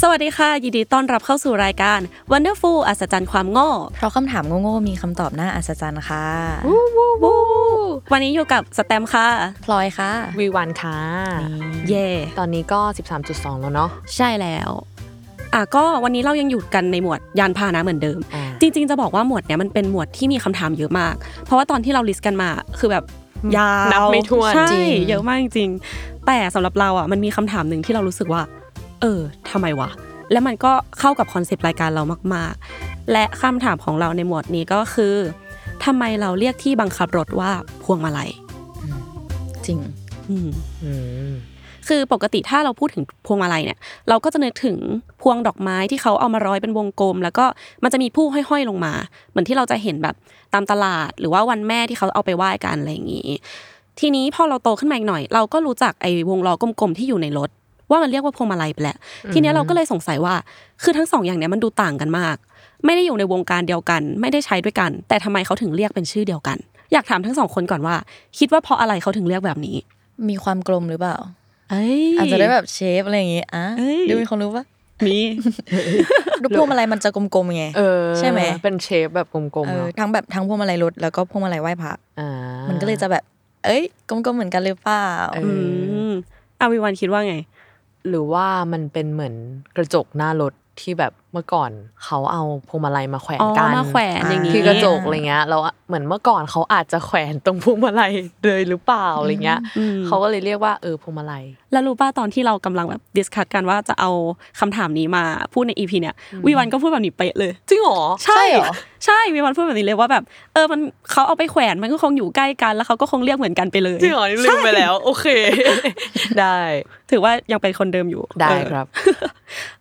สวัสดีค่ะ ยินดีต้อนรับเข้าสู่รายการ Wonderful อัศจรรย์ความโง่ เพราะคำถามโง่ๆมีคำตอบน่าอัศจรรย์ค่ะ วันนี้อยู่กับสแตมป์ค่ะ พลอยค่ะ วีวันค่ะ เย่ ตอนนี้ก็ 13.2 แล้วเนาะ ใช่แล้ว อ่ะก็วันนี้เรายังอยู่กันในหมวดยานพาหนะเหมือนเดิม อ่า จริงๆ จะบอกว่าหมวดเนี้ยมันเป็นหมวดที่มีคำถามเยอะมาก เพราะว่าตอนที่เราลิสต์กันมาคือแบบยาว นับไม่ถ้วน ใช่ จริง เยอะมากจริงๆแต่สำหรับเราอ่ะมันมีคำถามหนึ่งที่เรารู้สึกว่า เออทำไมวะ และมันก็เข้ากับคอนเซปต์รายการเรามากๆ และคำถามของเราในหมวดนี้ก็คือทำไมเราเรียกที่บังคับรถว่าพวงมาลัย จริง อืม อืม คือปกติถ้าเราพูดถึงพวงมาลัยเนี่ย เราก็จะนึกถึงพวงดอกไม้ที่เขาเอามาร้อยเป็นวงกลม แล้วก็มันจะมีผู้ห้อยๆลงมา เหมือนที่เราจะเห็นแบบตามตลาด หรือว่าวันแม่ที่เขาเอาไปไหว้กันอะไรอย่างนี้ ทีนี้พอเราโตขึ้นมาอีกหน่อย เราก็รู้จักไอ้วงล้อกลมๆที่อยู่ในรถ ว่ามันเรียกว่าพวงมาลัยไปแล้วทีเนี้ยเราก็เลยสงสัยว่า คือทั้งสองอย่างเนี้ยมันดูต่างกันมาก ไม่ได้อยู่ในวงการเดียวกัน ไม่ได้ใช้ด้วยกัน แต่ทำไมเขาถึงเรียกเป็นชื่อเดียวกัน อยากถามทั้งสองคนก่อนว่า คิดว่าเพราะอะไรเขาถึงเรียกแบบนี้ มีความกลมหรือเปล่า เอ้ย อาจจะได้แบบเชฟอะไรอย่างงี้อ่ะ เอ้ย ดูมีคนรู้ปะ มี ดูพวงมาลัยมันจะกลมๆไง เออ ใช่ไหม เป็นเชฟแบบกลม เอ ๆ อ เนาะ ทั้งแบบทั้งพวงมาลัยรถแล้วก็พวงมาลัยไหว้พระ อ่า มันก็เลยจะแบบ เอ้ยกลมๆเหมือนกันหรือเปล่า เอ อื อ มอาวิวันคิดว่าไง หรือว่ามันเป็นเหมือนกระจกหน้ารถที่แบบเมื่อก่อนเขาเอาพวงมาลัยมาแขวน อ๋อ กัน มาแขวนอย่างนี้ ที่กระจกอะไรเงี้ยเราเหมือนเมื่อก่อนเขาอาจจะแขวนตรงพวงมาลัยเลยหรือเปล่าอะไรเงี้ย อืม เขาก็เลยเรียกว่าเออพวงมาลัย แล้วรู้ป่ะตอนที่เรากำลังแบบดิสคัตกันว่าจะเอาคำถามนี้มาพูดในอีพีเนี่ยวิวันก็พูดแบบนี้เป๊ะเลย จริงเหรอ ใช่เหรอ ใช่วิวันพูดแบบนี้เลยว่าแบบ เออมันเขาเอาไปแขวนมันก็คงอยู่ใกล้กันแล้วเขาก็คงเรียกเหมือนกันไปเลย จริงเหรอนี่ลืมไปแล้ว โอเค ได้ ถือว่ายังเป็นคนเดิมอยู่ ได้ เออ ครับ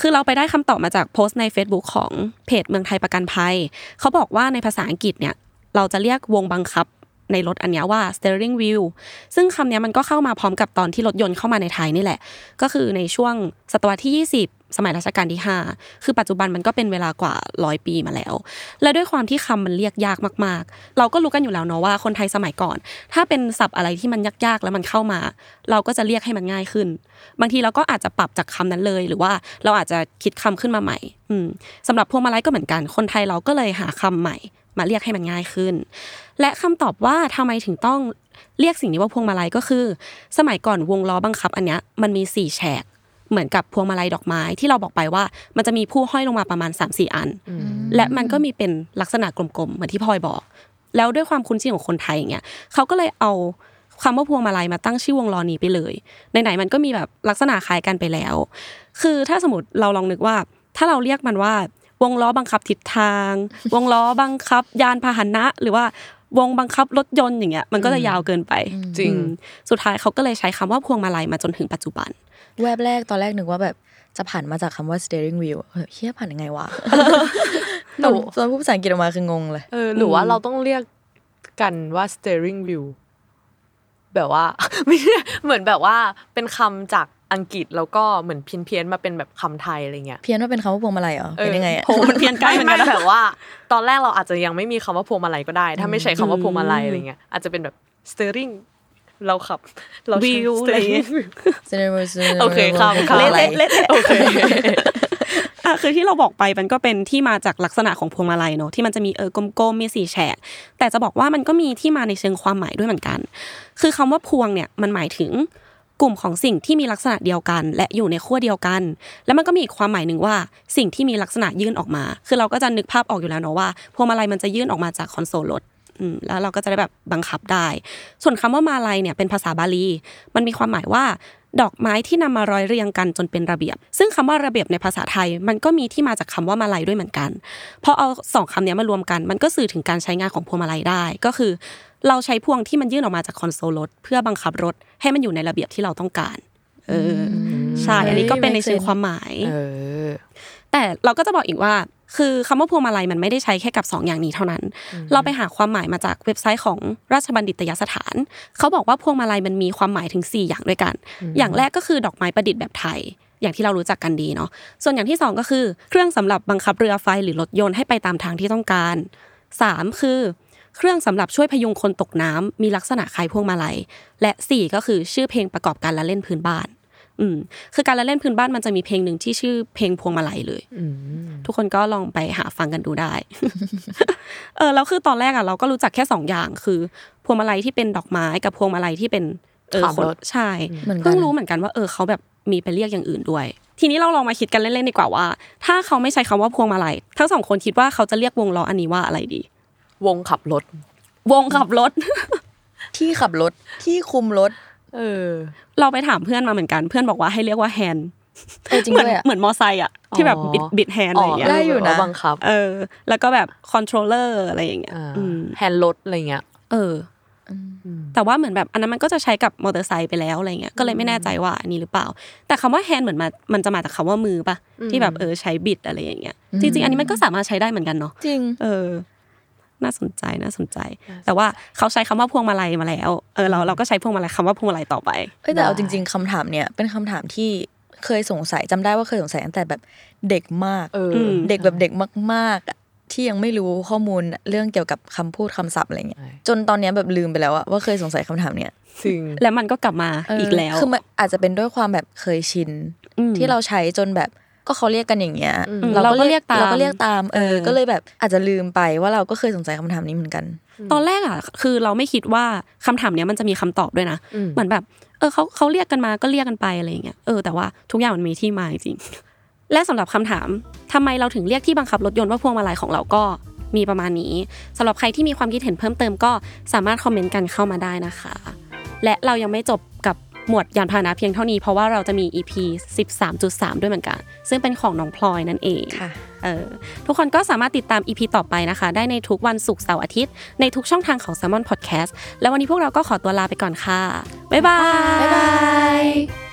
คือเราไปได้คำตอบมาจากโพสต์ใน Facebook ของเพจเมืองไทยประกันภัย เขาบอกว่าในภาษาอังกฤษเนี่ย เราจะเรียกวงบังคับในรถอันเนี้ยว่า steering wheel ซึ่งคำเนี้ยมันก็เข้ามาพร้อมกับตอนที่รถยนต์เข้ามาในไทยนี่แหละ ก็คือในช่วงศตวรรษที่ 20 สมัยรัชกาลที่ 5 คือปัจจุบันมันก็เป็นเวลากว่าร้อยปีมาแล้ว และด้วยความที่คำมันเรียกยากมาก ๆ เราก็รู้กันอยู่แล้วเนาะว่าคนไทยสมัยก่อน ถ้าเป็นศัพท์อะไรที่มันยากๆ แล้วมันเข้ามา เราก็จะเรียกให้มันง่ายขึ้น บางทีเราก็อาจจะปรับจากคำนั้นเลย หรือว่าเราอาจจะคิดคำขึ้นมาใหม่ อืมสำหรับพวงมาลัยก็เหมือนกัน คนไทยเราก็เลยหาคำใหม่ มาเรียกให้มันง่ายขึ้น และคำตอบว่าทำไมถึงต้องเรียกสิ่งนี้ว่าพวงมาลัยก็คือ สมัยก่อนวงล้อบังคับอันเนี้ยมันมีสี่แฉก เหมือนกับพวงมาลัยดอกไม้ที่เราบอกไปว่า มันจะมีผู้ห้อยลงมาประมาณ 3-4 อัน และมันก็มีเป็นลักษณะกลมๆ เหมือนที่พลอยบอก แล้วด้วยความคุ้นชินของคนไทยอย่างเงี้ยเขาก็เลยเอาคำว่าพวงมาลัยมาตั้งชื่อวงล้อนี้ไปเลยไหนๆมันก็มีแบบลักษณะคล้ายกันไปแล้ว คือถ้าสมมติเราลองนึกว่า ถ้าเราเรียกมันว่า วงล้อบังคับทิศทาง วงล้อบังคับ ยานพาหนะ หรือว่าวงบังคับรถยนต์อย่างเงี้ยมันก็จะยาวเกินไป จริง อืมสุดท้ายเขาก็เลยใช้คำว่าพวงมาลัยมาจนถึงปัจจุบัน แวบแรกตอนแรกนึกว่าแบบจะผ่านมาจากคำว่า steering wheel เฮ้ยเฮียผ่านยังไง วะ ตอนตอนพูดภาษาอังกฤษออกมาคืองงเลย เออหรือว่าเราต้องเรียกกันว่า steering wheel แบบว่า ไม่ใช่เหมือนแบบว่าเป็นคำจากอังกฤษแล้วก็เหมือนเพี้ยนเพี้ยนๆมาเป็นแบบคำไทยอะไรเงี้ย เพี้ยนว่าเป็นคำว่าพวงมาลัยเหรอเป็นยังไงอะ โห มันเพี้ยนใกล้เหมือนกันนะ ไไแบบว่า ตอนแรกเราอาจจะยังไม่มีคำว่าพวงมาลัยก็ได้ ถ้าไม่ใช่คำว่าพวงมาลัยอะไรเงี้ยอาจจะเป็นแบบ steering เราขับ เราใช้ Wheel อะไรเงี้ย steering wheel เซเนอร์ โอเคครับ พวงมาลัย เละๆโอเค อ่ะคือที่เราบอกไปมันก็เป็นที่มาจากลักษณะของพวงมาลัยเนอะที่มันจะมีเออกลมๆมีสี่แฉกแต่จะบอกว่ามันก็มีที่มาในเชิงความหมายด้วยเหมือนกัน คือคำว่าพวงเนี่ยมันหมายถึงกลุ่มของสิ่งที่มีลักษณะเดียวกัน และอยู่ในขั้วเดียวกัน แล้วมันก็มีอีกความหมายหนึ่งว่าสิ่งที่มีลักษณะยื่นออกมา คือเราก็จะนึกภาพออกอยู่แล้วเนอะว่าพวงมาลัยมันจะยื่นออกมาจากคอนโซลรถ อืมแล้วเราก็จะได้แบบบังคับได้ ส่วนคำว่ามาลัยเนี่ยเป็นภาษาบาลี มันมีความหมายว่า ดอกไม้ที่นำมาร้อยเรียงกันจนเป็นระเบียบ ซึ่งคำว่าระเบียบในภาษาไทย มันก็มีที่มาจากคำว่ามาลัยด้วยเหมือนกัน พอเอาสองคำเนี้ยมารวมกัน มันก็สื่อถึงการใช้งานของพวงมาลัยได้ ก็คือ เราใช้พวงที่มันยื่นออกมาจากคอนโซลรถเพื่อบังคับรถให้มันอยู่ในระเบียบที่เราต้องการ เอออใช่ อันนี้ก็เป็นในเชิงความหมาย เออ แต่เราก็จะบอกอีกว่า คือคำว่าพวงมาลัยมันไม่ได้ใช้แค่กับ 2 อย่างนี้เท่านั้น เราไปหาความหมายมาจากเว็บไซต์ของราชบัณฑิตยสถาน เขาบอกว่าพวงมาลัยมันมีความหมายถึง 4 อย่างด้วยกัน อย่างแรกก็คือดอกไม้ประดิษฐ์แบบไทย อย่างที่เรารู้จักกันดีเนาะ ส่วนอย่างที่ 2 ก็คือ เครื่องสำหรับบังคับเรือไฟหรือรถยนต์ให้ไปตามทางที่ต้องการ 3 คือ เครื่องสำหรับช่วยพยุงคนตกน้ำมีลักษณะคล้ายพวงมาลัย และสี่ก็คือชื่อเพลงประกอบการละเล่นพื้นบ้าน อืมคือการละเล่นพื้นบ้านมันจะมีเพลงหนึ่งที่ชื่อเพลงพวงมาลัยเลย ทุกคนก็ลองไปหาฟังกันดูได้ เออแล้วคือตอนแรกอ่ะเราก็รู้จักแค่สองอย่างคือ พวงมาลัยที่เป็นดอกไม้กับพวงมาลัยที่เป็นเออ ขับ ขน รถ ใช่ เหมือนกัน เพิ่งรู้เหมือนกันว่าเออเขาแบบมีไปเรียกอย่างอื่นด้วย ทีนี้เราลองมาคิดกันเล่นๆดีกว่าว่า ถ้าเขาไม่ใช้คำว่าพวงมาลัยทั้งสองคนคิดว่าเขาจะเรียกวงล้ออันนี้ว่าอะไรดี วงขับรถ วงขับรถ ที่ขับรถที่คุมรถ เออ เราไปถามเพื่อนมาเหมือนกันเพื่อนบอกว่าให้เรียกว่าแฮนด์ เออจริง เหมือน ด้วยอะ เหมือนมอไซค์อ่ะที่แบบ อ๋อ บิดบิดแฮนด์อะไรอย่างเงี้ย ะ ได้อยู่นะ บังคับ เออ แล้วก็แบบคอนโทรลเลอร์อะไรอย่างเงี้ยอืม แฮนด์รถอะไรเงี้ย เออ แต่ว่าเหมือนแบบอันนั้นมันก็จะใช้กับมอเตอร์ไซค์ไปแล้วอะไรเงี้ย ก็เลยไม่แน่ใจว่าอันนี้หรือเปล่า แต่คำว่าแฮนด์เหมือนมามันจะมาจากคำว่ามือปะที่แบบเออใช้บิดอะไรอย่างเงี้ย จริงๆ อันนี้มันก็สามารถใช้ได้เหมือนกันเนาะ จริง เออ น่าสนใจ น่าสนใจ แต่ว่าเขาใช้คำว่าพวงมาลัยมาแล้ว เออ เราเราก็ใช้พวงมาลัยคำว่าพวงมาลัยต่อไป เอ้ยแต่เอา ได้ จริง ๆคำถามเนี่ยเป็นคำถามที่เคยสงสัยจำได้ว่าเคยสงสัยตั้งแต่แบบเด็กมาก เออ ม เด็กแบบเด็กมากๆอะที่ยังไม่รู้ข้อมูลเรื่องเกี่ยวกับคำพูดคำศัพท์อะไรเงี้ยจนตอนเนี้ยแบบลืมไปแล้วอะว่าเคยสงสัยคำถามเนี่ย จริง แล้วมันก็กลับมา เ อีกแล้ว คือมันอาจจะเป็นด้วยความแบบเคยชิน อืม ที่เราใช้จนแบบก็เขาเรียกกันอย่างเงี้ย อืม เราก็เรียกตาม เราก็เรียกตามเออ เออ ก็เลยแบบอาจจะลืมไปว่าเราก็เคยสงสัยคำถามนี้เหมือนกัน ตอนแรกอ่ะคือเราไม่คิดว่าคำถามเนี้ยมันจะมีคำตอบด้วยนะ อืม เหมือนแบบ เออเขาเขาเรียกกันมาก็เรียกกันไปอะไรอย่างเงี้ยเออแต่ว่าทุกอย่างมันมีที่มาจริง และสำหรับคำถามทำไมเราถึงเรียกที่บังคับรถยนต์ว่าพวงมาลัยของเราก็มีประมาณนี้สำหรับใครที่มีความคิดเห็นเพิ่มเติมก็สามารถคอมเมนต์กันเข้ามาได้นะคะ และเรายังไม่จบกับหมวดยานพาหนะเพียงเท่านี้เพราะว่าเราจะมี EP 13.3 ด้วยเหมือนกัน ซึ่งเป็นของน้องพลอยนั่นเอง ค่ะ เออทุกคนก็สามารถติดตาม EP ต่อไปนะคะ ได้ในทุกวันศุกร์เสาร์อาทิตย์ ในทุกช่องทางของ s ซ l m o n Podcast แล้ววันนี้พวกเราก็ขอตัวลาไปก่อนค่ะ บ๊ายบาย บ๊ายบาย